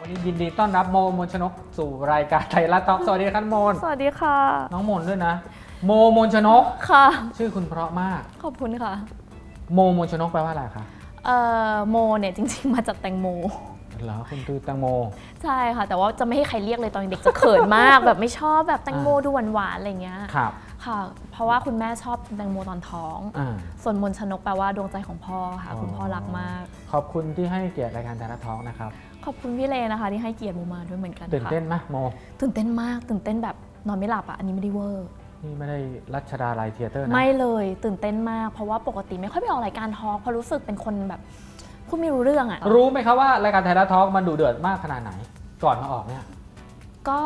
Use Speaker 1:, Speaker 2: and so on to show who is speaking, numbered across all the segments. Speaker 1: วันนี้ยินดีต้อนรับโมมนชนกสู่รายการไทยรัฐท็อกสวัสดีครับโมน
Speaker 2: สวัสดีค่ะ
Speaker 1: น้องโมนด้วยนะ โมมนชนก
Speaker 2: ค่ะ
Speaker 1: ชื่อคุณเพราะมาก
Speaker 2: ขอบคุณค่ะ
Speaker 1: โมมนชนกแปลว่าอะไรคะ
Speaker 2: เอ่อโมเนี่ยจริงๆ มาจากแตงโม
Speaker 1: เหรอคุณตือแตงโม
Speaker 2: ใช่ค่ะ แต่ว่าจะไม่ให้ใครเรียกเลยตอนเด็กจะเขิน มาก แบบไม่ชอบแบบแตงโม
Speaker 1: อ่า
Speaker 2: ดูหวานๆอะไรเงี้ย
Speaker 1: ครับ
Speaker 2: ค่ะ เพราะว่าคุณแม่ชอบแตงโมตอนท้อง
Speaker 1: อ่า
Speaker 2: ส่วนมนต์ชนกแปลว่าดวงใจของพ่อค่ะ คุณพ่อรักมาก
Speaker 1: ขอบคุณที่ให้เกียรติรายการไทยรัฐท็อกนะครับ
Speaker 2: ขอบคุณพี่เลนะคะ ที่ให้เกียรติโมมาด้วยเหมือนกัน
Speaker 1: ตื่น
Speaker 2: ค่ะ
Speaker 1: เต้นไหมโม
Speaker 2: ตื่นเต้นมาก ตื่นเต้นแบบนอนไม่หลับอ่ะ อันนี้ไม่ได้เวอร์
Speaker 1: นี่ไม่ได้รัชดาลัยเทเตอร์นะ
Speaker 2: ไม่เลยตื่นเต้นมาก เพราะว่าปกติไม่ค่อยไปออกรายการทอล์กเพราะรู้สึกเป็นคนแบบพูดไม่รู้เรื่องอ่ะ
Speaker 1: รู้ไหมครับว่ารายการไทยรัฐท็อกมันดุเดือดมากขนาดไหน ก่อนมาออกเนี่ย
Speaker 2: ก็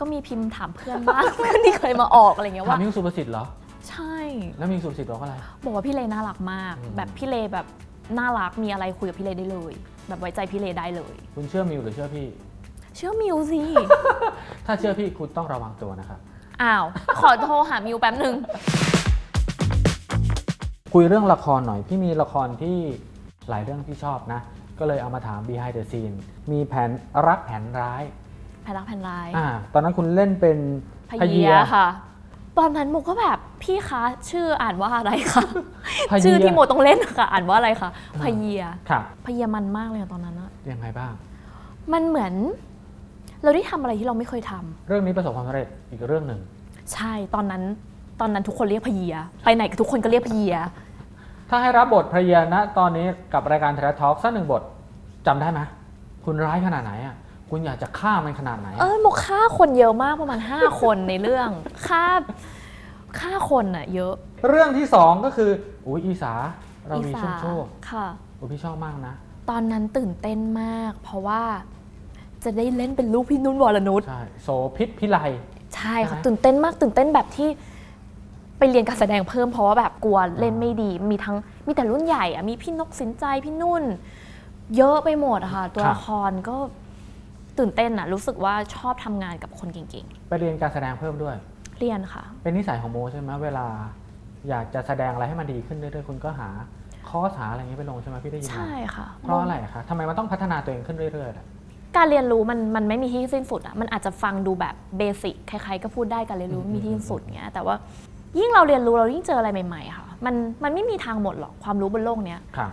Speaker 2: ก็มีพิมพ์ถามเพื่อนบ้าง เพื่อนที่เคยมาออกอะไรเงี้ย
Speaker 1: ถาม
Speaker 2: ว่า
Speaker 1: มิ่งสุประสิทธิ์เหรอ
Speaker 2: ใช่
Speaker 1: แล้วมิ่งสุประสิทธิ์บอกว่าอะไร
Speaker 2: บอกว่าพี่เลน่ารักมาก
Speaker 1: อืม
Speaker 2: แบบพี่เลแบบน่ารักมีอะไรคุยกับพี่เลได้เลย แบบไว้ใจพี่เลได้เลย
Speaker 1: คุณเชื่อมิวหรือเชื่อพี่
Speaker 2: เชื่อมิว สิ
Speaker 1: ถ้าเชื่อพี่คุณต้องระวังตัวนะครับ
Speaker 2: อ้าว ขอโทรหามิวแป๊บหนึ่ง
Speaker 1: คุยเรื่องละครหน่อยพี่มีละครที่หลายเรื่องที่ชอบนะ ก็เลยเอามาถาม behind the scene มีแผนรักแผนร้าย
Speaker 2: แผ่นรักแผ่นร้าย
Speaker 1: อ่าตอนนั้นคุณเล่นเป็น
Speaker 2: พะเยียค่ะ ตอนนั้นโมก็แบบพี่คะชื่ออ่านว่าอะไรคะ
Speaker 1: พะเยีย
Speaker 2: ชื่อที่โมต้องเล่นค่ะ อ่านว่าอะไรคะพะเยีย
Speaker 1: ค่ะ
Speaker 2: พะเยียมันมากเลยอะตอนนั้นอะ
Speaker 1: ยังไงบ้าง
Speaker 2: มันเหมือน เราได้ทำอะไรที่เราไม่เคยทำ
Speaker 1: เรื่องนี้ประสบความสำเร็จอีกเรื่องหนึ่ง
Speaker 2: ใช่ตอนนั้นตอนนั้นทุกคนเรียกพะเยีย ไปไหนทุกคนก็เรียกพะเยีย
Speaker 1: ถ้าให้รับบทพระเยียนะตอนนี้กับรายการเทเลทอล์กสักหนึ่งบทจำได้ไหมคุณร้ายขนาดไหนอ่ะคุณอยากจะฆ่ามันขนาดไหน
Speaker 2: เอ
Speaker 1: อะ
Speaker 2: อโมฆ่าคนเยอะมากประมาณ 5 คนในเรื่องฆ่าฆ่าคนอะเยอะ
Speaker 1: เรื่องที่สองก็คืออุ้ยอีสาเรามี
Speaker 2: ส
Speaker 1: ชุ่มโชค
Speaker 2: ค่ะ
Speaker 1: อุ้ยพี่ชอบมากนะ
Speaker 2: ตอนนั้นตื่นเต้นมาก เพราะว่าจะได้เล่นเป็นลูกพี่นุ่นวรนุช
Speaker 1: ใช่โสพิษพิไล
Speaker 2: ใช่ค่ะ
Speaker 1: ใช่ไหม
Speaker 2: ตื่นเต้นมากตื่นเต้นแบบที่ไปเรียนการแสดงเพิ่มเพราะว่าแบบกลัวเล่นไม่ดี มีทั้งมีแต่รุ่นใหญ่อะมีพี่นกสินใจพี่นุ่น เยอะไปหมดอะค่ะ ตัวละครก็ตื่นเต้นอะรู้สึกว่าชอบทำงานกับคนเก่ง
Speaker 1: ไปเรียนการแสดงเพิ่มด้วย
Speaker 2: ๆ เรียนค่ะ
Speaker 1: เป็นนิสัยของโมใช่ไหมเวลา อยากจะแสดงอะไรให้มันดีขึ้นเรื่อยๆคุณก็หาคอร์สหาอะไรอย่างนี้ไปลงใช่ไหมพี่ได้ยินมา
Speaker 2: ใช่ค่ะ
Speaker 1: เพราะอะไรคะทำไมมันต้องพัฒนาตัวเองขึ้นเรื่อยๆล่ะ
Speaker 2: การเรียนรู้มันมันไม่มีที่สิ้นสุดอ่ะ มันอาจจะฟังดูแบบเบสิกใครๆก็พูดได้การเรียนรู้ไม่มีที่สิ้นสุดเงี้ย แต่ว่ายิ่งเราเรียนรู้เรายิ่งเจออะไรใหม่ๆค่ะ มันมันไม่มีทางหมดหรอกความรู้บนโลกเนี้ย
Speaker 1: ค่ะ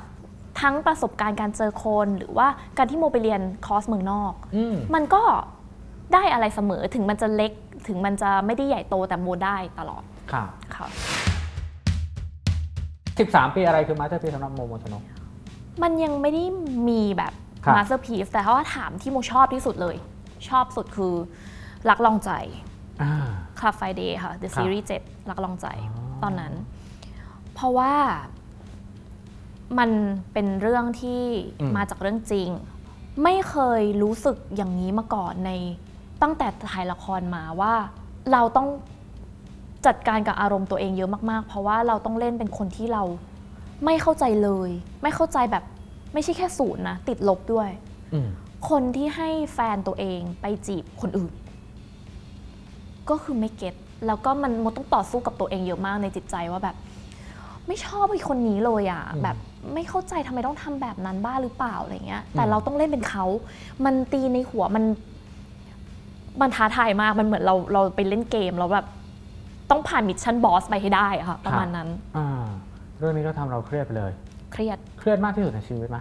Speaker 2: ทั้งประสบการณ์การเจอคนหรือว่าการที่โมไปเรียนคอร์สเมืองนอก
Speaker 1: อืม
Speaker 2: มันก็ได้อะไรเสมอถึงมันจะเล็กถึงมันจะไม่ได้ใหญ่โตแต่โมได้ตลอด
Speaker 1: ค่ะ
Speaker 2: ค่ะ
Speaker 1: 13 ปีอะไรคือมาสเตอร์พีสำหรับโมโมชนก
Speaker 2: มันยังไม่ได้มีแบบ
Speaker 1: ครับ
Speaker 2: มาสเตอร์พีซแต่ถ้าว่าถามที่โมชอบที่สุดเลย ชอบสุดคือรักลองใจ
Speaker 1: อ่า
Speaker 2: คลับไฟเดย์ค่ะ The
Speaker 1: ครับ
Speaker 2: Series 7รักลองใจ
Speaker 1: อ๋อ
Speaker 2: ตอนนั้น เพราะว่ามันเป็นเรื่องที่มาจากเรื่องจริง ไม่เคยรู้สึกอย่างนี้มาก่อนในตั้งแต่ถ่ายละครมาว่า เราต้องจัดการกับอารมณ์ตัวเองเยอะมากๆ เพราะว่าเราต้องเล่นเป็นคนที่เราไม่เข้าใจเลย ไม่เข้าใจแบบไม่ใช่แค่ศูนย์นะ ติดลบด้วย
Speaker 1: อืม
Speaker 2: คนที่ให้แฟนตัวเองไปจีบคนอื่น ก็คือไม่เก็ตแล้วก็มันมันต้องต่อสู้กับตัวเองเยอะมากในจิตใจว่าแบบ ไม่ชอบไอ้คนนี้เลยอะ่ะแบบไม่เข้าใจทำไมต้องทำแบบนั้นบ้าหรือเปล่าอะไรเงี้ย แต่เราต้องเล่นเป็นเขา มันตีในหัวมันมันท้าทายมากมันเหมือนเราเราไปเล่นเกมแล้วแบบต้องผ่านมิชชั่นบอสไปให้ได้อะค่ะ ประมาณนั้น
Speaker 1: อ่า เรื่องนี้ก็ทำเราเครียดไปเลย
Speaker 2: เครียด
Speaker 1: เครียดมากที่สุดในชีวิตไหม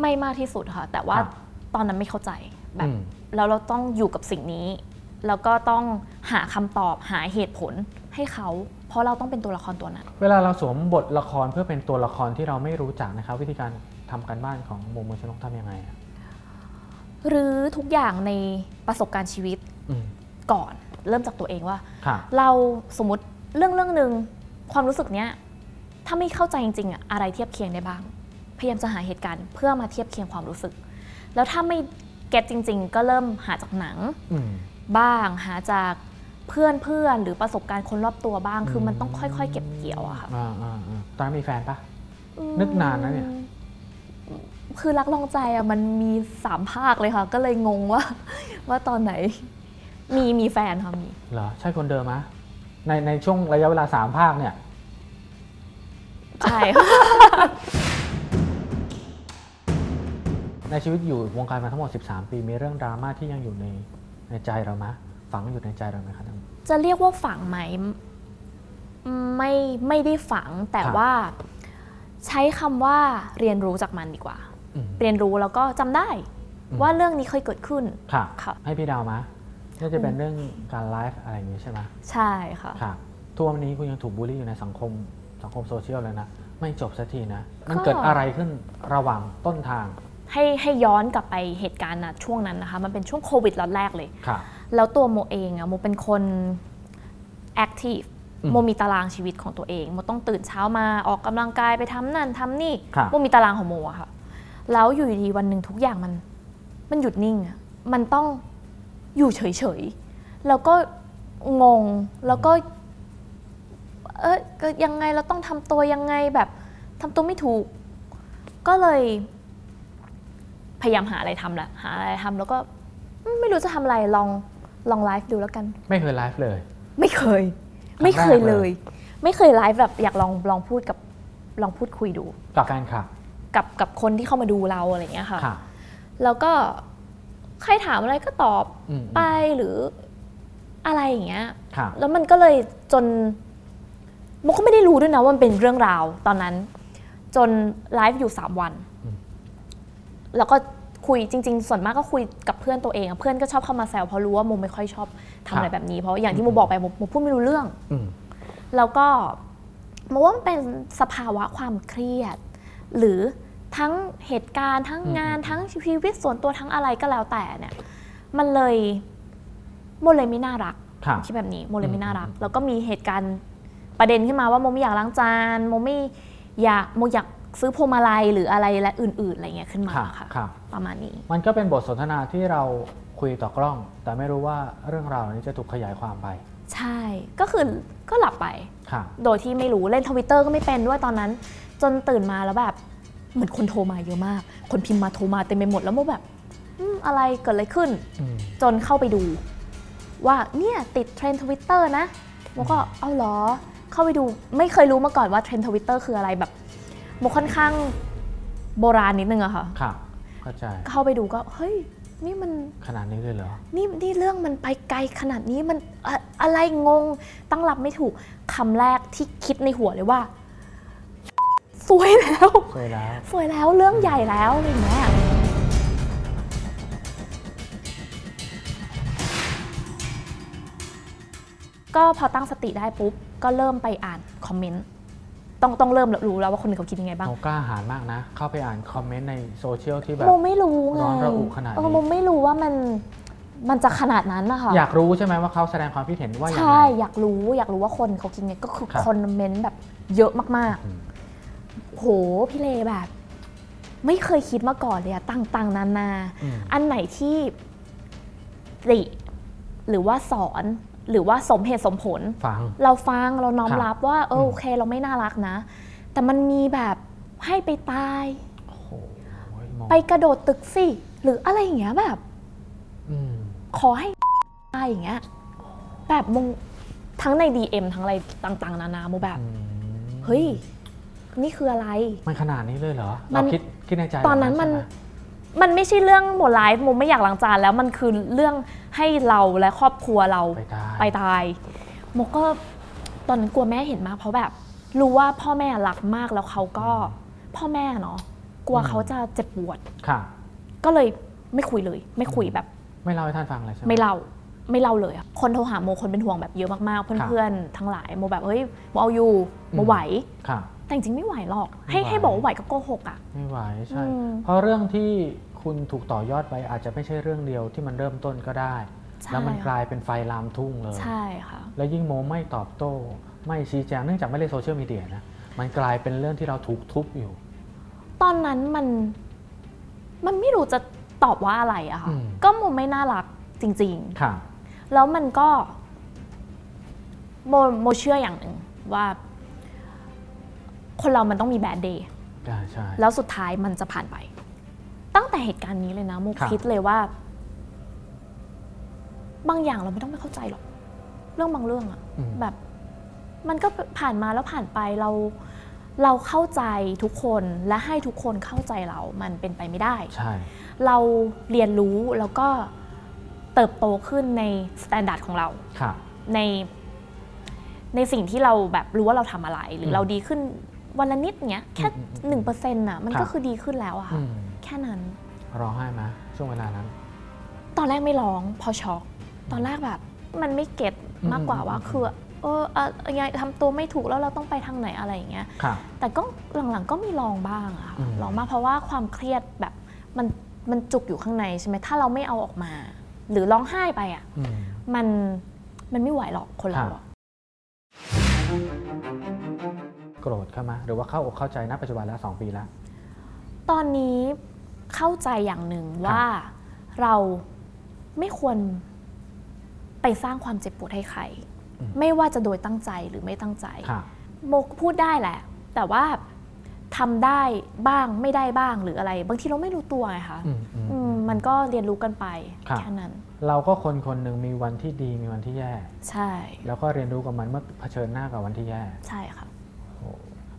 Speaker 2: ไม่มากที่สุดค่ะ แต่ว่า
Speaker 1: ครับ
Speaker 2: ตอนนั้นไม่เข้าใจแบบ
Speaker 1: อืม
Speaker 2: แล้วเราต้องอยู่กับสิ่งนี้ แล้วก็ต้องหาคำตอบหาเหตุผลให้เขา เพราะเราต้องเป็นตัวละครตัวนั้น
Speaker 1: เวลาเราสวมบทละครเพื่อเป็นตัวละครที่เราไม่รู้จักนะครับ วิธีการทำการบ้านของโมโมชนกทำยังไงอะ
Speaker 2: หรือทุกอย่างในประสบการณ์ชีวิต
Speaker 1: อืม
Speaker 2: ก่อน เริ่มจากตัวเองว่า
Speaker 1: ค่ะ
Speaker 2: เราสมมติเรื่องเรื่องหนึ่งความรู้สึกเนี้ยถ้าไม่เข้าใจจริงๆอะอะไรเทียบเคียงได้บ้าง พยายามจะหาเหตุการณ์เพื่อมาเทียบเคียงความรู้สึก แล้วถ้าไม่เก็ตจริง ๆ ก็เริ่มหาจากหนัง
Speaker 1: อืม
Speaker 2: บ้างหาจากเพื่อนเพื่อนๆหรือประสบการณ์คนรอบตัวบ้าง คือมันต้องค่อยๆ เก็บเกี่ยวอะค่ะ
Speaker 1: อ่าอ่าอ่าตอนนั้นมีแฟนปะ
Speaker 2: อืม
Speaker 1: นึกนานนะเนี่ย
Speaker 2: คือรักลองใจอะมันมีสามภาคเลยค่ะ ก็เลยงงว่า ว่าตอนไหน มีมีแฟนค่ะมี
Speaker 1: เหรอใช่คนเดิมมะในในช่วงระยะเวลาสามภาคเนี่ย
Speaker 2: ใช่ค่ะ
Speaker 1: ในชีวิตอยู่วงการมาทั้งหมด 13 ปี มีเรื่องดราม่าที่ยังอยู่ในในใจเรามะฝังอยู่ในใจเราไหมครับ
Speaker 2: จะเรียกว่าฝังไหมไม่ไม่ได้ฝังแต่
Speaker 1: ครับ
Speaker 2: ว่า ใช้คำว่าเรียนรู้จากมันดีกว่า
Speaker 1: อืม
Speaker 2: เรียนรู้แล้วก็จำได้
Speaker 1: อืม
Speaker 2: ว่าเรื่องนี้เคยเกิดขึ้น
Speaker 1: ค่ะ
Speaker 2: ค่ะ
Speaker 1: ให้พี่ดาวมะน่าจะเป็นเรื่องการไลฟ์อะไรอย่างนี้ใช่ไหม
Speaker 2: ใช่ค่ะ
Speaker 1: ค่ะทุกวันนี้คุณยังถูกบูลลี่อยู่ในสังคมสังคมโซเชียลเลยนะ ไม่จบสักทีนะ มันเกิดอะไรขึ้นระหว่างต้นทาง
Speaker 2: ให้ให้ย้อนกลับไปเหตุการณ์นะช่วงนั้นนะคะ มันเป็นช่วงโควิดล็อตแรกเลย
Speaker 1: ค่ะ
Speaker 2: แล้วตัวโมเองอะโมเป็นคนแอคทีฟ
Speaker 1: อืม
Speaker 2: โมมีตารางชีวิตของตัวเองโมต้องตื่นเช้ามาออกกำลังกายไปทำนั่นทำนี่
Speaker 1: ครับ
Speaker 2: โมมีตารางของโมอะค่ะ แล้วอยู่ดีๆวันหนึ่งทุกอย่างมัน มันหยุดนิ่งอะมันต้องอยู่เฉยๆ แล้วก็งงแล้วก็ เอ้ยก็ยังไงเราต้องทำตัวยังไงแบบทำตัวไม่ถูก ก็เลย พยายามหาอะไรทำละหาอะไรทำแล้วก็ อืมไม่รู้จะทำอะไรลองลองไลฟ์ดูแล้วกัน
Speaker 1: ไม่เคยไลฟ์เลย
Speaker 2: ไม่เคย
Speaker 1: ครั้งแรกเลย
Speaker 2: ไม่เคยเลย ไม่เคยไลฟ์แบบอยากลองลองพูดกับลองพูดคุยดู
Speaker 1: กับแฟนคลับ
Speaker 2: กับกับคนที่เข้ามาดูเราอะไรอย่างเงี้ยค่ะ
Speaker 1: ค่ะ
Speaker 2: แล้วก็ใครถามอะไรก็ตอบ
Speaker 1: อืม
Speaker 2: ไปหรืออะไรอย่างเงี้ย
Speaker 1: ค่ะ
Speaker 2: แล้วมันก็เลยจนโมก็ไม่ได้รู้ด้วยนะว่ามันเป็นเรื่องราวตอนนั้น จนไลฟ์อยู่ 3 วัน
Speaker 1: อืม
Speaker 2: แล้วก็คุยจริง ๆ ส่วนมากก็คุยกับเพื่อนตัวเองอะเพื่อนก็ชอบเข้ามาแซวเพราะรู้ว่าโมไม่ค่อยชอบทำอะไรแบบนี้เพราะอย่างที่โมบอกไปโมโมพูดไม่รู้เรื่อง
Speaker 1: อืม
Speaker 2: แล้วก็มองว่ามันเป็นสภาวะความเครียด หรือทั้งเหตุการณ์ทั้ง
Speaker 1: อืม
Speaker 2: งานทั้งชีวิตส่วนตัวทั้งอะไรก็แล้วแต่เนี่ย มันเลยโมเลยไม่น่ารัก
Speaker 1: ค่ะ
Speaker 2: คิดแบบนี้โมเลยไม่น่ารัก
Speaker 1: อืม
Speaker 2: แล้วก็มีเหตุการณ์ประเด็นขึ้นมาว่าโมไม่อยากล้างจานโมไม่อยากโมอยากซื้อพวงมาลัยหรืออะไรและอื่น ๆ อะไรเงี้ยขึ้นมา
Speaker 1: ค่ะ
Speaker 2: ค่ะ
Speaker 1: ค่ะ
Speaker 2: ประมาณนี้
Speaker 1: มันก็เป็นบทสนทนาที่เราคุยต่อกล้อง แต่ไม่รู้ว่าเรื่องราวเหล่านี้จะถูกขยายความไป
Speaker 2: ใช่ก็คือก็หลับไป
Speaker 1: ค่ะ
Speaker 2: โดยที่ไม่รู้เล่นทวิตเตอร์ก็ไม่เป็นด้วยตอนนั้น จนตื่นมาแล้วแบบเหมือนคนโทรมาเยอะมาก คนพิมพ์มาโทรมาเต็มไปหมดแล้วโมแบบอืมอะไรเกิดอะไรขึ้น
Speaker 1: อืม
Speaker 2: จนเข้าไปดู ว่าเนี่ยติดเทรนด์ทวิตเตอร์นะโมก็เอ้าเหรอ เข้าไปดูไม่เคยรู้มาก่อนว่าเทรนด์ทวิตเตอร์คืออะไรแบบโมค่อนข้างโบราณนิดนึงอะค่ะ
Speaker 1: ค่ะเข้าใจ
Speaker 2: เข้าไปดูก็เฮ้ยนี่มัน
Speaker 1: ขนาดนี้เลยเหรอ
Speaker 2: นี่นี่เรื่องมันไปไกลขนาดนี้มันอะอะไรงงตั้งรับไม่ถูกคำแรกที่คิดในหัวเลยว่า สวยแล้ว
Speaker 1: เคยแล้ว
Speaker 2: สวยแล้วเรื่องใหญ่แล้วอะไรอย่างเงี้ยก็พอตั้งสติได้ปุ๊บ ก็เริ่มไปอ่านคอมเมนต์ต้องต้องเริ่มรู้แล้วว่าคนอื่นเขาคิดยังไงบ้าง
Speaker 1: โนกล้าหาญมากนะ เข้าไปอ่านคอมเมนต์ในโซเชียลที่แบบ
Speaker 2: โมไม่รู้ไง
Speaker 1: ร้อนระอุขนาดนี้
Speaker 2: เออโมไม่รู้ว่ามันมันจะขนาดนั้นนะคะ
Speaker 1: อยากรู้ใช่ไหมว่าเขาแสดงความคิดเห็นว่าอย่างไร
Speaker 2: ใช่ อยากรู้ อยากรู้ว่าคนเขากินไงก็คือ
Speaker 1: ครับ
Speaker 2: คอมเมนต์แบบเยอะมาก
Speaker 1: อืม
Speaker 2: ๆ โห พี่เลแบบ ไม่เคยคิดมาก่อนเลยอะต่างๆ นานา
Speaker 1: อืม
Speaker 2: อันไหนที่ติ หรือว่าสอนหรือว่าสมเหตุสมผล
Speaker 1: ฟัง
Speaker 2: เราฟังเราน้อม
Speaker 1: ครับ
Speaker 2: รับว่าเออ
Speaker 1: ม
Speaker 2: อโอเคเราไม่น่ารักนะ แต่มันมีแบบให้ไปตาย
Speaker 1: โอ้โหมอง
Speaker 2: ไปกระโดดตึกสิ หรืออะไรอย่างเงี้ยแบบ
Speaker 1: อืม
Speaker 2: ขอให้ ตายอย่างเงี้ยแบบมงทั้งใน DM ทั้งอะไรต่าง ๆ นานาโมแบบ
Speaker 1: อืม
Speaker 2: เฮ้ย นี่คืออะไร
Speaker 1: มันขนาดนี้เลยเหรอ
Speaker 2: มั
Speaker 1: เรา
Speaker 2: น
Speaker 1: คิดคิดในใจ
Speaker 2: ตอนนั้นมัน
Speaker 1: ใช่ไห
Speaker 2: มันไม่ใช่เรื่องหมดไลฟ์โมไม่อยากล้างจานแล้วมันคือเรื่องให้เราและครอบครัวเรา
Speaker 1: ไปตาย
Speaker 2: ไปตายโมก็ตอนนั้นกลัวแม่เห็นมากเพราะแบบ รู้ว่าพ่อแม่รักมากแล้วเขาก็พ่อแม่เนาะกลัวเขาจะเจ็บปวด
Speaker 1: ค่ะ
Speaker 2: ก็เลยไม่คุยเลย ไม่คุยแบบ
Speaker 1: ไม่เล่าให้ท่านฟังเลยใช่ไหม
Speaker 2: ไม่เล่าไม่เล่าเลยอะคนโทรหาโมคนเป็นห่วงแบบเยอะมาก
Speaker 1: ค
Speaker 2: ๆ
Speaker 1: รับ
Speaker 2: เพื่อนๆ ทั้งหลายโมแบบเฮ้ยโมเอาอยู่โม
Speaker 1: อืม
Speaker 2: ไหว
Speaker 1: ค่ะ
Speaker 2: แต่จริงๆไม่ไหวหรอก ให้
Speaker 1: ไม่ไหว
Speaker 2: ให้บอกว่าไหวก็โกหกอะ
Speaker 1: ไม่ไหวใช่
Speaker 2: อืม
Speaker 1: เพราะเรื่องที่คุณถูกต่อยอดไปอาจจะไม่ใช่เรื่องเดียวที่มันเริ่มต้นก็ได้
Speaker 2: ใช่
Speaker 1: แล้วมันกลายเป็นไฟลามทุ่งเลย
Speaker 2: ใช่ค่ะ
Speaker 1: และยิ่งโมไม่ตอบโต้ ไม่ชี้แจงเนื่องจากไม่เล่นโซเชียลมีเดียนะ มันกลายเป็นเรื่องที่เราถูกทุบอยู่
Speaker 2: ตอนนั้นมันมันไม่รู้จะตอบว่าอะไรอะค่ะ
Speaker 1: อืม
Speaker 2: ก็โมไม่น่ารักจริง
Speaker 1: ค่ะ
Speaker 2: แล้วมันก็โมโมเชื่ออย่างหนึ่งว่า คนเรามันต้องมีแบดเดย์
Speaker 1: ใช่ใช่
Speaker 2: แล้วสุดท้ายมันจะผ่านไป ตั้งแต่เหตุการณ์นี้เลยนะโม
Speaker 1: ครับ
Speaker 2: คิดเลยว่า บางอย่างเราไม่ต้องไม่เข้าใจหรอก เรื่องบางเรื่องอะ
Speaker 1: อืม
Speaker 2: แบบ มันก็ผ่านมาแล้วผ่านไปเรา เราเข้าใจทุกคนและให้ทุกคนเข้าใจเรา มันเป็นไปไม่ได้
Speaker 1: ใช่
Speaker 2: เราเรียนรู้แล้วก็เติบโตขึ้นในสแตนดาร์ดของเรา
Speaker 1: ครับ
Speaker 2: ในในสิ่งที่เราแบบรู้ว่าเราทำอะไร หรือ
Speaker 1: ม
Speaker 2: เราดีขึ้นวันละนิดเนี้ยแค่
Speaker 1: อืมอืมอืม
Speaker 2: หนึ่งเปอร์เซ็นต์น่ะมัน
Speaker 1: ครับ
Speaker 2: ก็คือดีขึ้นแล้วอะ
Speaker 1: อื
Speaker 2: ค่ะ
Speaker 1: ม
Speaker 2: แค่นั้น
Speaker 1: ร้องไห้ไหมช่วงเวลานั้น
Speaker 2: ตอนแรกไม่ร้องพอช็อกตอนแรกแบบมันไม่เก็ต
Speaker 1: อืม
Speaker 2: มากกว่า
Speaker 1: อืม
Speaker 2: ว่า
Speaker 1: อืม
Speaker 2: คือ เออเออยังไงทำตัวไม่ถูกแล้วเราต้องไปทางไหนอะไรอย่างเงี้ย
Speaker 1: ครับ
Speaker 2: แต่ก็หลังๆก็มีลองบ้างอะค่ะ
Speaker 1: อืม
Speaker 2: ลองมางเพราะว่าความเครียดแบบมันมันจุกอยู่ข้างในใช่ไหมถ้าเราไม่เอาออกมา หรือร้องไห้ไปอะ
Speaker 1: อืม
Speaker 2: มันมันไม่ไหวหรอกคนเรา
Speaker 1: ครับ
Speaker 2: อะ
Speaker 1: โกรธเข้ามาหรือว่าเข้าอกเข้าใจณปัจจุบันแล้วสองปีแล้ว
Speaker 2: ตอนนี้เข้าใจอย่างหนึ่งว่าเราไม่ควรไปสร้างความเจ็บปวดให้ใคร
Speaker 1: อืม
Speaker 2: ไม่ว่าจะโดยตั้งใจหรือไม่ตั้งใจ
Speaker 1: ครับ
Speaker 2: โมกพูดได้แหละ แต่ว่าทำได้บ้างไม่ได้บ้างหรืออะไร บางทีเราไม่รู้ตัวไงคะ
Speaker 1: อืมอืม
Speaker 2: อืมมันก็เรียนรู้กันไป
Speaker 1: ครับ
Speaker 2: แค่นั้น
Speaker 1: เราก็คนคนหนึ่งมีวันที่ดีมีวันที่แย่
Speaker 2: ใช่
Speaker 1: แล้วก็เรียนรู้กับมันเมื่อเผชิญหน้ากับวันที่แย่
Speaker 2: ใช่ค่ะ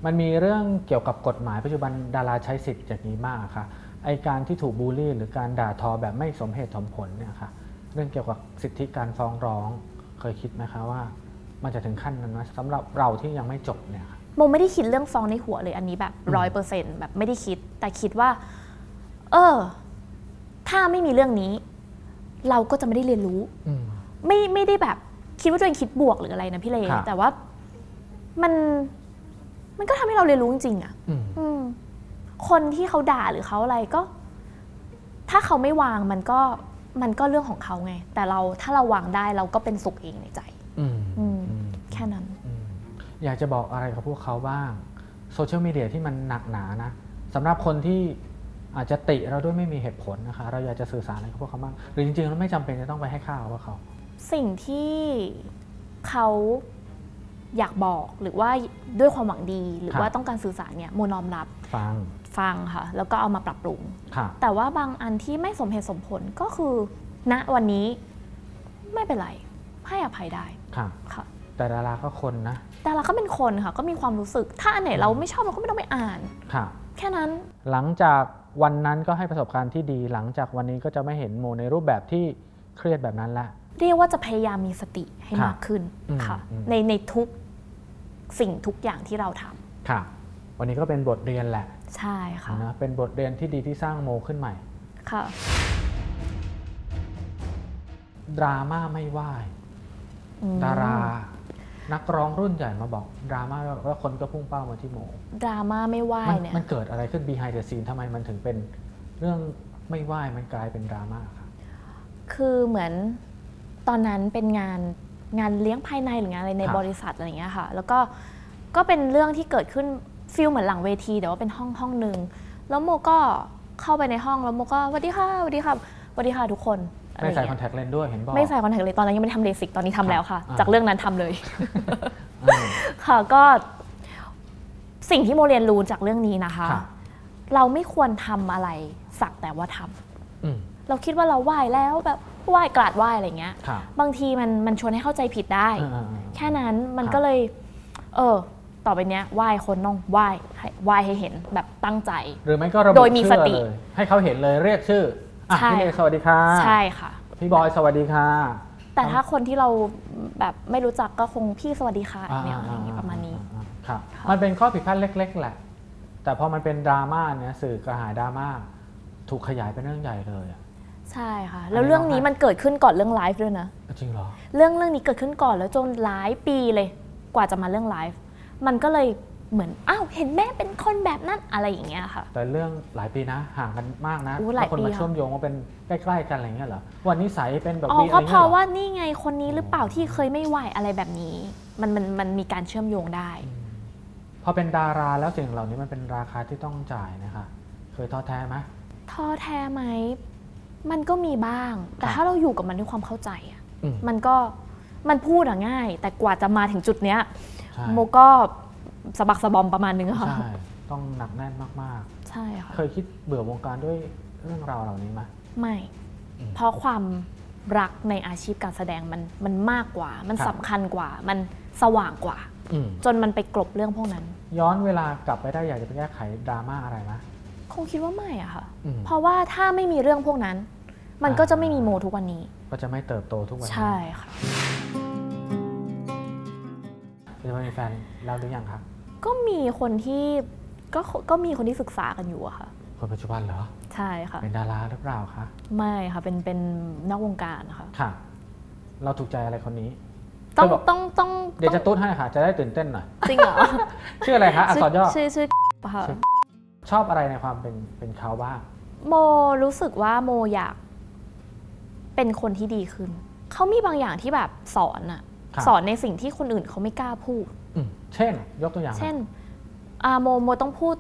Speaker 1: มันมีเรื่องเกี่ยวกับกฎหมายปัจจุบันดาราใช้สิทธิ์อย่างนี้มากอะค่ะ ไอการที่ถูกบูลลี่ หรือการด่าทอแบบไม่สมเหตุสมผลเนี่ยค่ะ เรื่องเกี่ยวกับสิทธิการฟ้องร้อง เคยคิดไหมคะว่า มันจะถึงขั้นนั้นไหมสำหรับเราที่ยังไม่จบเนี่ยค่ะ
Speaker 2: โมไม่ได้คิดเรื่องฟ้องในหัวเลยอันนี้แบบ
Speaker 1: อืม
Speaker 2: ร้อยเปอร์เซ็นต์แบบไม่ได้คิด แต่คิดว่า เออ ถ้าไม่มีเรื่องนี้ เราก็จะไม่ได้เรียนรู้
Speaker 1: อืม
Speaker 2: ไม่ไม่ได้แบบคิดว่าตัวเองคิดบวกหรืออะไรนะพี่เล
Speaker 1: ครับ
Speaker 2: แต่ว่ามันมันก็ทำให้เราเรียนรู้จริงๆอะ่ะ
Speaker 1: อืม
Speaker 2: อืม คนที่เขาด่าหรือเขาอะไรก็ ถ้าเขาไม่วางมันก็มันก็เรื่องของเขาไง แต่เราถ้าเราวางได้เราก็เป็นสุขเองในใจ
Speaker 1: อืม
Speaker 2: อืม
Speaker 1: อืม
Speaker 2: แค่นั้น
Speaker 1: อืมอยากจะบอกอะไรกับพวกเขาบ้าง โซเชียลมีเดียที่มันหนักหนานะสำหรับคนที่อาจจะติเราด้วยไม่มีเหตุผลนะคะ เราอยากจะสื่อสารอะไรกับพวกเขาบ้างหรือจริงๆเราไม่จำเป็นจะต้องไปให้ข้าวพวกเขา
Speaker 2: สิ่งที่เขาอยากบอกหรือว่าด้วยความหวังดีหรือ
Speaker 1: ครับ
Speaker 2: ว่าต้องการสื่อสารเนี่ยโมนอมรับ
Speaker 1: ฟัง
Speaker 2: ฟังค่ะ แล้วก็เอามาปรับปรุง
Speaker 1: ค่ะ
Speaker 2: แต่ว่าบางอันที่ไม่สมเหตุสมผลก็คือณวันนี้ไม่เป็นไร ให้อภัยได้
Speaker 1: ค่ะ
Speaker 2: ค่ะ
Speaker 1: แต่ดาราก็คนนะ
Speaker 2: แต่เราก็เป็นคนค่ะ ก็มีความรู้สึก ถ้าอันไหนเราไม่ชอบเราก็ไม่ต้องไปอ่าน
Speaker 1: ค่ะ
Speaker 2: แค่นั้น
Speaker 1: หลังจากวันนั้นก็ให้ประสบการณ์ที่ดี หลังจากวันนี้ก็จะไม่เห็นโมในรูปแบบที่เครียดแบบนั้นละ
Speaker 2: เรียกว่าจะพยายามมีสติให้
Speaker 1: ครับ
Speaker 2: มากขึ้น
Speaker 1: อืม
Speaker 2: ค่ะ
Speaker 1: อืม
Speaker 2: ในในทุกสิ่งทุกอย่างที่เราทำ
Speaker 1: ค่ะ วันนี้ก็เป็นบทเรียนแหละ
Speaker 2: ใช่ค่ะ
Speaker 1: นะ เป็นบทเรียนที่ดีที่สร้างโมขึ้นใหม่
Speaker 2: ค่ะ
Speaker 1: ดราม่าไม่ไหว
Speaker 2: อืม
Speaker 1: ดารา นักร้องรุ่นใหญ่มาบอก ดราม่าแล้วคนก็พุ่งเป้ามาที่โม
Speaker 2: ดราม่าไม่ไหว
Speaker 1: มัน
Speaker 2: เนี่ย
Speaker 1: มันเกิดอะไรขึ้น behind the scene ทำไมมันถึงเป็นเรื่องไม่ไหวมันกลายเป็นดราม่าค่ะ
Speaker 2: คือเหมือนตอนนั้นเป็นงานงานเลี้ยงภายในหรืองานอะไรใน
Speaker 1: ครับ
Speaker 2: บริษัทอะไรอย่างเงี้ยค่ะ แล้วก็ก็เป็นเรื่องที่เกิดขึ้นฟิลเหมือนหลังเวทีแต่ว่าเป็นห้องห้องหนึ่งแล้วโมก็เข้าไปในห้องแล้วโมก็สวัสดีค่ะสวัสดีค่ะสวัสดีค่ะทุกคนอะไร
Speaker 1: ไม่
Speaker 2: อย่าง
Speaker 1: ใส่
Speaker 2: เงี้ย
Speaker 1: คอนแทคเลนส์ด้วยเห็นบอก
Speaker 2: ไม่ใส่คอนแทคเลยตอนนั้นยังไม่ได้ทำเลสิกตอนนี้ทำแล้วค่ะ
Speaker 1: อ่า
Speaker 2: จากเรื่องนั้นทำเลย
Speaker 1: อืม
Speaker 2: ค่ะก็สิ่งที่โมเรียนรู้จากเรื่องนี้นะคะ
Speaker 1: ครับ
Speaker 2: เราไม่ควรทำอะไรสักแต่ว่าทำ
Speaker 1: อืม
Speaker 2: เราคิดว่าเราไหว้แล้วแบบไหว้กราดไหว้อะไรอย่างเงี้ย
Speaker 1: ค่ะ
Speaker 2: บางทีมันมันชวนให้เข้าใจผิดได้
Speaker 1: อ่าๆๆ
Speaker 2: แค่นั้นมัน
Speaker 1: ครับ
Speaker 2: ก็เลย เออ ต่อไปเนี้ยไหว้คนต้องไหว้ให้ไหว้ให้เห็นแบบตั้งใจ
Speaker 1: หรือไม่ก็ระบุ
Speaker 2: โดยมี
Speaker 1: ชื่
Speaker 2: ส
Speaker 1: อ
Speaker 2: ติ
Speaker 1: เลย ให้เขาเห็นเลยเรียกชื่ออ่ะ
Speaker 2: ใช่
Speaker 1: พี่เนยสวัสดีค่ะ
Speaker 2: ใช่ค่ะ
Speaker 1: พี่บอยสวัสดีค่ะ
Speaker 2: แต่
Speaker 1: ครับ
Speaker 2: ถ้าคนที่เราแบบไม่รู้จักก็คงพี่สวัสดีค่ะเนี่ยอะไรอย่างเงี้ย
Speaker 1: อ่
Speaker 2: ประมาณนี้
Speaker 1: อ่อ่าครับมันเป็นข้อผิดพลาดเล็ก ๆ แหละ แต่พอมันเป็นดราม่าเนี่ยสื่อกระหายดราม่าถูกขยายเป็นเรื่องใหญ่เลยอะ
Speaker 2: ใช่ค่ะ
Speaker 1: อันนี้
Speaker 2: แล้วเรื่องนี้
Speaker 1: เราให้
Speaker 2: มันเกิดขึ้นก่อนเรื่องไลฟ์ด้วยนะ
Speaker 1: จริงเหรอ
Speaker 2: เรื่องเรื่องนี้เกิดขึ้นก่อนแล้วจนหลายปีเลย กว่าจะมาเรื่องไลฟ์ มันก็เลยเหมือน อ้าวเห็นแม่เป็นคนแบบนั้นอะไรอย่างเงี้ยค่ะ
Speaker 1: แต่เรื่องหลายปีนะ ห่างกันมากนะ
Speaker 2: อู้หลาย
Speaker 1: คน
Speaker 2: ปี
Speaker 1: มา
Speaker 2: ค่ะ
Speaker 1: เชื่อมโยงว่าเป็นใกล้ๆกันอะไรเงี้ยเหรอวันนี้ใสยเป็นแบบ
Speaker 2: อ๋อ
Speaker 1: วีอะไร
Speaker 2: ก็
Speaker 1: เงี้ย
Speaker 2: เพ
Speaker 1: เหรอ
Speaker 2: ราะว่านี่ไงคนนี้หรือเปล่าที่เคยไม่ไหวอะไรแบบนี้ มันมันมันมีการเชื่อมโยงได้
Speaker 1: พอเป็นดาราแล้วสิ่งเหล่านี้มันเป็นราคาที่ต้องจ่ายนะคะเคยท้อแท้ไหม
Speaker 2: ท้อแท้ไหม มันก็มีบ้าง
Speaker 1: ค
Speaker 2: แต่
Speaker 1: รับ
Speaker 2: ถ้าเราอยู่กับมันด้วยความเข้าใจอะ
Speaker 1: อืม
Speaker 2: มันก็มันพูดอะง่าย แต่กว่าจะมาถึงจุดเนี้ย
Speaker 1: ใช่
Speaker 2: โมก็สะบักสะบอมประมาณนึงอะค่ะ
Speaker 1: ใช่ ต้องหนักแน่นมาก
Speaker 2: ใช่ค่ะ
Speaker 1: ๆ เคยคิดเบื่อวงการด้วยเรื่องราวเหล่านี้ไหม
Speaker 2: ไม่
Speaker 1: อืม
Speaker 2: เพราะความรักในอาชีพการแสดงมันมันมากกว่า มัน
Speaker 1: ครับ
Speaker 2: สำคัญกว่า มันสว่างกว่า
Speaker 1: อืม
Speaker 2: จนมันไปกลบเรื่องพวกนั้น
Speaker 1: ย้อนเวลากลับไปได้อยากจะไปแก้ไขดราม่าอะไรไหม
Speaker 2: คงคิดว่าไม่อะค่ะ
Speaker 1: อืม
Speaker 2: เพราะว่าถ้าไม่มีเรื่องพวกนั้น มัน
Speaker 1: อ่า
Speaker 2: ก็จะไม่มีโมทุกวันนี้
Speaker 1: ก็จะไม่เติบโตทุกวันนี้
Speaker 2: ใช่ค่ะ
Speaker 1: จะไม่มีแฟนแล้วหรือยังครับ
Speaker 2: ก็มีคนที่ก็ก็มีคนที่ศึกษากันอยู่อะค่ะ
Speaker 1: คนปัจจุบันเหรอ
Speaker 2: ใช่ค่ะ
Speaker 1: เป็นดาราหรือเปล่าคะ
Speaker 2: ไม่ค่ะเป็นเป็นนอกวงการค่ะ
Speaker 1: ค่ะ เราถูกใจอะไรคนนี้
Speaker 2: ต้อง
Speaker 1: เคยบอก
Speaker 2: ต้องต้อง
Speaker 1: เดี๋ยวจะ
Speaker 2: ต้อง
Speaker 1: ตุ้นให้ค่ะ จะได้ตื่นเต้นหน่อย
Speaker 2: จริง เหรอ
Speaker 1: ชื่ออะไรคะอักษรย่อ
Speaker 2: ชื่อชื่อค่ะ
Speaker 1: ชื่อ ชอบอะไรในความเป็นเป็นเขาบ้าง
Speaker 2: โมรู้สึกว่าโมอยากเป็นคนที่ดีขึ้น เขามีบางอย่างที่แบบสอนอะ
Speaker 1: ครับ
Speaker 2: สอนในสิ่งที่คนอื่นเขาไม่กล้าพูด
Speaker 1: อืมเช่น ยกตัวอย่างหน่อย
Speaker 2: เช่นอาโมโมต้องพูด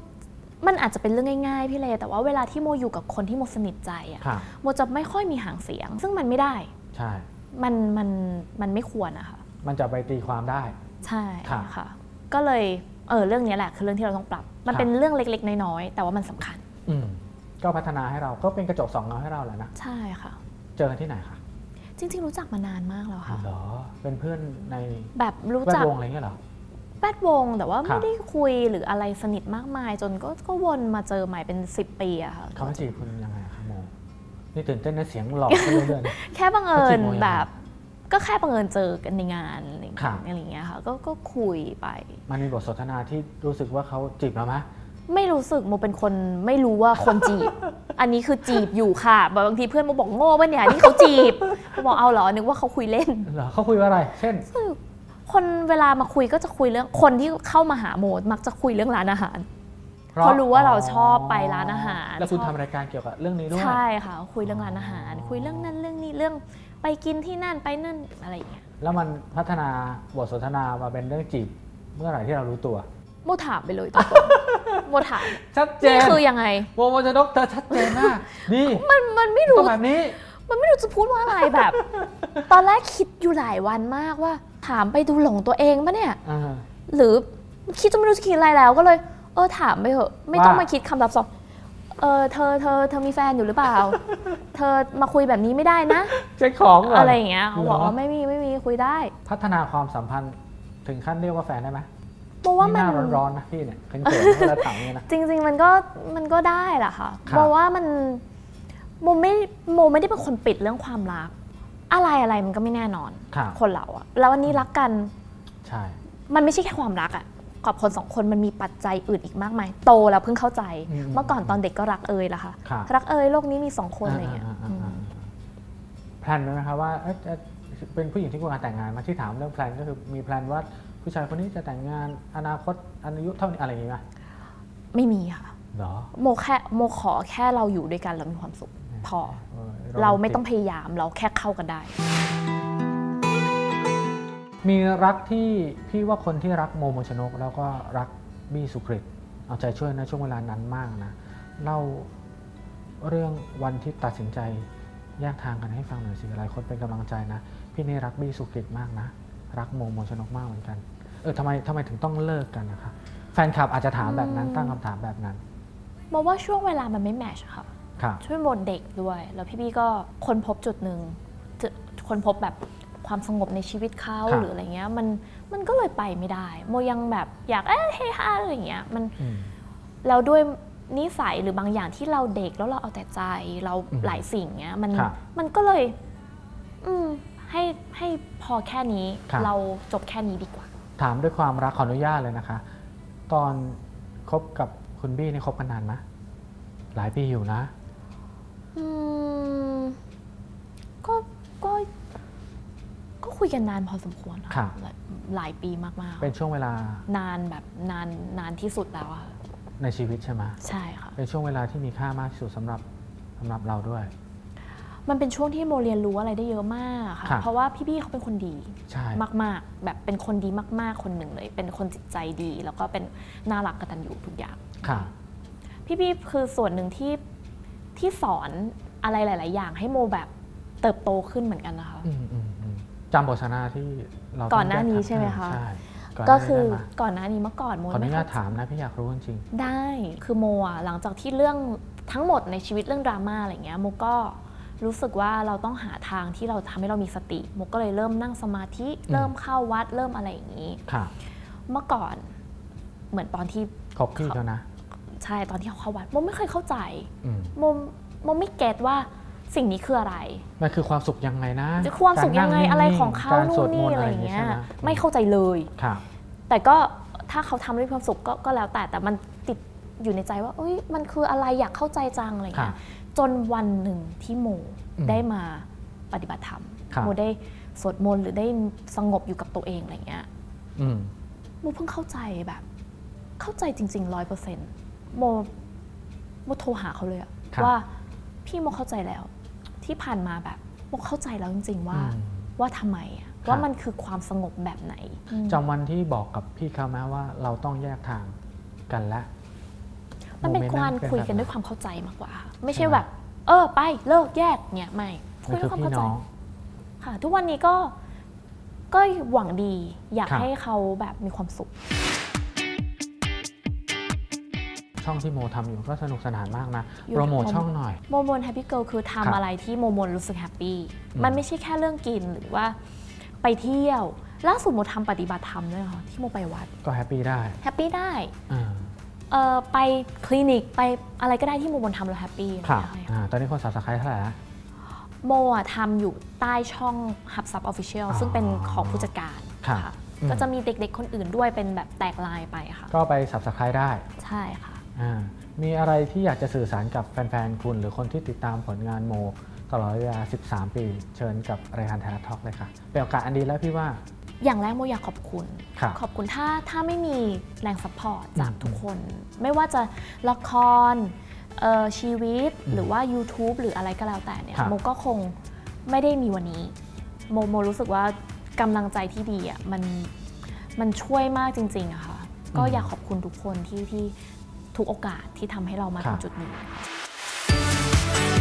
Speaker 2: มันอาจจะเป็นเรื่องง่ายๆพี่เลแต่ว่าเวลาที่โมอยู่กับคนที่โมสนิทใจอะ
Speaker 1: ค่ะ
Speaker 2: โมจะไม่ค่อยมีหางเสียง ซึ่งมันไม่ได้
Speaker 1: ใช่
Speaker 2: มันมันมันไม่ควรอะค่ะ
Speaker 1: มันจะไปตีความได้
Speaker 2: ใช่
Speaker 1: ครับ
Speaker 2: ค่ะ ก็เลยเออเรื่องเนี้ยแหละคือเรื่องที่เราต้องปรับ มัน
Speaker 1: ครับ
Speaker 2: เป็นเรื่องเล็กๆน้อยๆแต่ว่ามันสำคัญ
Speaker 1: อืมก็พัฒนาให้เราก็เป็นกระจกสองเงาให้เราแหละนะ
Speaker 2: ใช่ค่ะ
Speaker 1: เจอกันที่ไหนคะ
Speaker 2: จริง ๆ รู้จักมานานมากแล้วค่ะ
Speaker 1: เหรอ เป็นเพื่อนใน
Speaker 2: แบบรู้
Speaker 1: แวด
Speaker 2: จัก
Speaker 1: วงอะไรเงี้ยเหรอ
Speaker 2: แวดวงแต่ว่า
Speaker 1: ครั
Speaker 2: ไม่
Speaker 1: บ
Speaker 2: ได้คุยหรืออะไรสนิทมากมาย จนก็ก็วนมาเจอใหม่เป็น 10 ปีอะค่ะ
Speaker 1: เขามาจีบคุณยังไงคะโม นี่ตื่นเต้นนะเสียงหลอกขึ้นเรื่อยๆนะ
Speaker 2: แค่บังเอิ
Speaker 1: เขาจีบ
Speaker 2: ญ
Speaker 1: โมยังไง
Speaker 2: แบบก็แค่บังเอิญเจอกันในงานอะไรอย่าง
Speaker 1: ครับ
Speaker 2: เงี้ยอะไรอย่างเงี้ยค่ะก็ก็คุยไป
Speaker 1: มันมีบทสนทนาที่รู้สึกว่าเขาจีบเราไหม
Speaker 2: ไม่รู้สึกโมเป็นคนไม่รู้ว่าคนจี บ อันนี้คือจีบอยู่ค่ะแบบบางทีเพื่อนโมบอกโง่ปะเนี่ยนี่เขาจีบโมบอกเอาเหรอนึกว่าเขาคุยเล่น
Speaker 1: เหรอเขาคุยว่าอะไร เช่น
Speaker 2: คนเวลามาคุยก็จะคุยเรื่องคนที่เข้ามาหาโมมักจะคุยเรื่องร้านอาหาร เพราะรู้ว่าเราชอบไปร้านอาหาร
Speaker 1: แล้วคุณ
Speaker 2: ชอบ
Speaker 1: ทำรายการเกี่ยวกับเรื่องนี้ด้วย
Speaker 2: ใช่ค่ะ คุยเรื่องร้านอาหาร
Speaker 1: อ๋อ
Speaker 2: คุยเรื่องนั้นเรื่องนี้เรื่องไปกินที่นั่นไปนั่นอะไรอย่างเงี้ย
Speaker 1: แล้วมันพัฒนาบทสนทนามาเป็นเรื่องจีบ เมื่อไหร่ที่เรารู้ตัว
Speaker 2: โมถามไปเลยตรงๆโมถาม
Speaker 1: ชัด เจ
Speaker 2: นี่
Speaker 1: น
Speaker 2: คือยังไง
Speaker 1: โมโมจะดกเธอชัดเจนมาก นี่
Speaker 2: มันมันไม่รู้
Speaker 1: ก็แบบนี้
Speaker 2: มันไม่รู้จะพูดว่าอะไรแบบ ตอนแรกคิดอยู่หลายวันมากว่า ถามไปดูหลงตัวเองปะเนี่ย
Speaker 1: อ่า
Speaker 2: หรือคิดจนไม่รู้จะคิดอะไรแล้วก็เลย เออถามไปเถอะ ไม่ต้อง
Speaker 1: ว่า
Speaker 2: มาคิดคำตอบสองเออเธอเธอเธอมีแฟนอยู่หรือเปล่า เธอมาคุยแบบนี้ไม่ได้นะ
Speaker 1: เช็คของก่น
Speaker 2: อะไรอย่างเงี้ยเขาบอก
Speaker 1: หร
Speaker 2: ว่าไม่มีไม่มีคุยได้
Speaker 1: พัฒนาความสัมพันธ์ถึงขั้นเรียกว่าแฟนได้ไหม
Speaker 2: เพราะว่ามั
Speaker 1: ห
Speaker 2: น
Speaker 1: น้าร้อนๆนะพี่เนี่ยเขินๆเวลาถามเนี่ยนะ
Speaker 2: จริงๆ มันก็มันก็ได้แหละค่ะ
Speaker 1: ครับ
Speaker 2: เพราะว่ามันโมไม่โมไม่ได้เป็นคนปิดเรื่องความรัก อะไรอะไรมันก็ไม่แน่นอน
Speaker 1: ค่ะ
Speaker 2: คนเราอะแล้ววันนี้รักกัน
Speaker 1: ใช่
Speaker 2: มันไม่ใช่แค่ความรักอะกับคนสองคนมันมีปัจจัยอื่นอีกมากมาย โตแล้วเพิ่งเข้าใจ เมื่อก่อนตอนเด็กก็รักเอยละค่ะ
Speaker 1: ค่ะ
Speaker 2: รักเอยโลกนี้มีสองคนอะไรอย่างเงี้ย
Speaker 1: า
Speaker 2: อืม
Speaker 1: ๆๆแพลนไหมครับว่าเอ๊ะจะเป็นผู้หญิงที่กำลังแต่งงานมาที่ถามเรื่องแพลนก็คือมีแพลนว่าผู้ชายคนนี้จะแต่งงานอนาคตอายุเท่านี้อะไรอย่างงี้ไหม
Speaker 2: ไม่มีค่ะ
Speaker 1: เหรอ
Speaker 2: โมแค่โมขอแค่เราอยู่ด้วยกันเรามีความสุข พอ
Speaker 1: ออ
Speaker 2: เราไม่ต้องพยายามเราแค่เข้ากันได้
Speaker 1: มีรักที่พี่ว่าคนที่รักโมโมชนก แล้วก็รักบี้สุกริตเอาใจช่วยนะช่วงเวลานั้นมากนะเล่าเรื่องวันที่ตัดสินใจแยกทางกันให้ฟังหน่อยสิหลายคนเป็นกำลังใจนะ พี่นี่รักบี้สุกริตมากนะ รักโมโมชนกมากเหมือนกัน เออทำไมทำไมถึงต้องเลิกกันนะคะแฟนคลับอาจจะถามแบบนั้น
Speaker 2: อืม
Speaker 1: ตั้งคำถามแบบนั้น
Speaker 2: โมว่าช่วงเวลามันไม่แมชค่ะ
Speaker 1: ค่ะ
Speaker 2: ช่วยบนเด็กด้วย แล้วพี่บี้ก็คนพบจุดหนึ่งจุดคนพบแบบความสงบในชีวิตเขา
Speaker 1: ครับ
Speaker 2: หรืออะไรเงี้ยมันมันก็เลยไปไม่ได้ โมยังแบบอยากเอ้ยเฮฮาอะไรอย่างเงี้ยมัน
Speaker 1: อืม
Speaker 2: เราด้วยนิสัยหรือบางอย่างที่เราเด็กแล้วเราเอาแต่ใจเรา
Speaker 1: อืม
Speaker 2: หลายสิ่งเงี้ยมัน
Speaker 1: ครับ
Speaker 2: มันก็เลย อืมให้ให้พอแค่นี้
Speaker 1: ครับ
Speaker 2: เราจบแค่นี้ดีกว่า
Speaker 1: ถามด้วยความรักขออนุญาตเลยนะคะ ตอนคบกับคุณบี้นี่คบกันนานไหมหลายปีอยู่นะ
Speaker 2: อืมก็ก็ก็คุยกันนานพอสมควร
Speaker 1: ครับ
Speaker 2: หลายหลายปีมากๆ
Speaker 1: เป็นช่วงเวลาน
Speaker 2: านแบบนานนานที่สุดแล้วอะค่ะ
Speaker 1: ในชีวิตใช่ไหม
Speaker 2: ใช่ค่ะ
Speaker 1: เป็นช่วงเวลาที่มีค่ามากที่สุดสำหรับสำหรับเราด้วย
Speaker 2: มันเป็นช่วงที่โมเรียนรู้อะไรได้เยอะมากค่ะ
Speaker 1: ครับ
Speaker 2: เพราะว่าพี่บี้เขาเป็นคนดี
Speaker 1: ใช่
Speaker 2: มากๆ แบบเป็นคนดีมากๆ คนหนึ่งเลย เป็นคนจิตใจดี แล้วก็เป็นน่ารักกตัญญูทุกอย่าง
Speaker 1: ค่ะ
Speaker 2: พี่บี้คือส่วนหนึ่งที่ที่สอนอะไรหลาย ๆ อย่างให้โมแบบเติบโตขึ้นเหมือนกันนะคะ
Speaker 1: อืมอืมอืม จำบทสนทนาที่เรา
Speaker 2: ก่อนหน้านี้ใช่ไหมคะ
Speaker 1: ใช่
Speaker 2: ก็คือ
Speaker 1: ก่นหน้า
Speaker 2: ก่อนหน้านี้เมื่อก่อนโม
Speaker 1: นั้นมาขออนุ
Speaker 2: ไม่
Speaker 1: ญา
Speaker 2: เข้า
Speaker 1: ต
Speaker 2: ใจ
Speaker 1: ถามนะพี่อยากรู้จริง
Speaker 2: ได้คือโมอะหลังจากที่เรื่องทั้งหมดในชีวิตเรื่องดราม่าอะไรเงี้ยโมก็รู้สึกว่าเราต้องหาทางที่เราทำให้เรามีสติโมก็เลยเริ่มนั่งสมาธิเริ่มเข้าวัดเริ่มอะไรอย่างนี้
Speaker 1: ๆค่ะ
Speaker 2: เมื่อก่อนเหมือนตอนที่
Speaker 1: ขอบพี่เขานะ
Speaker 2: ใช่ตอนที่เขาเข้าวัดโมไม่เคยเข้าใจ
Speaker 1: อืม
Speaker 2: โมโมไม่เก็ตว่าสิ่งนี้คืออะไร
Speaker 1: มันคือความสุขยังไงนะ
Speaker 2: จะความสุขยังไง
Speaker 1: กา
Speaker 2: อะไรของเขา
Speaker 1: การสวน ดม
Speaker 2: นู่นี่
Speaker 1: ต์
Speaker 2: อะไรอย่างเงี้ย
Speaker 1: ใช่ห
Speaker 2: ไม่เข้าใจเลย
Speaker 1: ค่ะ
Speaker 2: แต่ก็ถ้าเขาทำด้วยความสุขก็ก็แล้วแต่แต่มันติดอยู่ในใจว่าเอ้ยมันคืออะไรอยากเข้าใจจังอะไรอย่างเงี้ย
Speaker 1: ค่ะ
Speaker 2: จนวันหนึ่งที่โม
Speaker 1: อืม
Speaker 2: ได้มาปฏิบัติธรรม
Speaker 1: ครับ
Speaker 2: โมได้สวดมนต์หรือได้สงบอยู่กับตัวเองอะไรอย่างเงี้ย
Speaker 1: อืม
Speaker 2: โมเพิ่งเข้าใจแบบ เข้าใจจริงๆร้อยเปอร์เซ็นต์โมโมโทรหาเขาเลยอะ
Speaker 1: ะ
Speaker 2: ว่าพี่โมเข้าใจแล้ว ที่ผ่านมาแบบโมเข้าใจแล้วจริง ๆ ว่า
Speaker 1: อืม
Speaker 2: ว่าทำไมอะ
Speaker 1: ครับ
Speaker 2: ว่ามันคือความสงบแบบไหนอืม
Speaker 1: จำวันที่บอกกับพี่เขาไหมว่าเราต้องแยกทางกันละ
Speaker 2: มันเป็น
Speaker 1: โต์
Speaker 2: การคุยกัน
Speaker 1: เป็
Speaker 2: ด้ว
Speaker 1: แบ
Speaker 2: ย
Speaker 1: บ
Speaker 2: ความเข้าใจมากกว่าค่ะไม่ใช่
Speaker 1: ใช่ไหม
Speaker 2: แบบ เออ ไปเลิกแยกเนี่ยไม่คุ
Speaker 1: มั
Speaker 2: ย
Speaker 1: น
Speaker 2: ด้
Speaker 1: คือย
Speaker 2: วความ
Speaker 1: พี่
Speaker 2: เข้าใจ
Speaker 1: น้อง
Speaker 2: ค่ะ ทุกวันนี้ก็ก็หวังดี อยาก
Speaker 1: ครับ
Speaker 2: ให้เขาแบบมีความสุข
Speaker 1: ช่องที่โมทำอยู่ก็สนุกสนานมากนะ
Speaker 2: อยู่
Speaker 1: โปรโมท
Speaker 2: ผม
Speaker 1: ช่องหน่อย
Speaker 2: โมโมนแฮปปี้เกิลคือ
Speaker 1: ครับ
Speaker 2: ทำอะไรที่โมโมนรู้สึกแฮปปี้
Speaker 1: อืม
Speaker 2: มันไม่ใช่แค่เรื่องกินหรือว่า ไปเที่ยวล่าสุดโมทำปฏิบัติธรรมด้วยค่ะที่โมไปวัด
Speaker 1: ก็แฮปปี้ได้
Speaker 2: แฮปปี้ได้
Speaker 1: อ่า
Speaker 2: เอ่อไปคลินิกไปอะไรก็ได้ที่โมโมนทำแล้วแฮปปี้
Speaker 1: ค่ะ
Speaker 2: อะไรอย่างเงี้ย
Speaker 1: อ่าตอนนี้คนสับสไครเท่าไหร่ละ
Speaker 2: โมอะทำอยู่ใต้ช่องฮับซับออฟฟิเชียล
Speaker 1: อ๋อ
Speaker 2: ซึ่งเป็นของผู้จัดการ
Speaker 1: ครับ
Speaker 2: ค่ะ
Speaker 1: อืม
Speaker 2: ก็จะมีเด็กๆคนอื่นด้วยเป็นแบบแตกลายไปค่ะ
Speaker 1: ก็ไปสับสไครได้
Speaker 2: ใช่ค่ะ
Speaker 1: อ่ามีอะไรที่อยากจะสื่อสารกับแฟนๆ คุณหรือคนที่ติดตามผลงานโม ตลอดเวลา 13 ปี เชิญกับรายการไทยรัฐทอล์กเลยค่ะ เป็นโอกาสอันดีแล้วพี่ว่า
Speaker 2: อย่างแรกโมอยากขอบคุณ
Speaker 1: ครับ
Speaker 2: ขอบคุณถ้าถ้าไม่มีแรงซัพพอร์ตจาก
Speaker 1: อืม
Speaker 2: ทุกคน ไม่ว่าจะละครเอ่อชีวิตหรือว่า YouTube หรืออะไรก็แล้วแต่เนี่ย
Speaker 1: ครับ
Speaker 2: โมก็คงไม่ได้มีวันนี้โมโมรู้สึกว่ากำลังใจที่ดีอ่ะมันมันช่วยมากจริงๆอะค่ะ ก็อยากขอบคุณทุกคนที่ที่ทุกโอกาสที่ทำให้เรามาถึงจุดนี้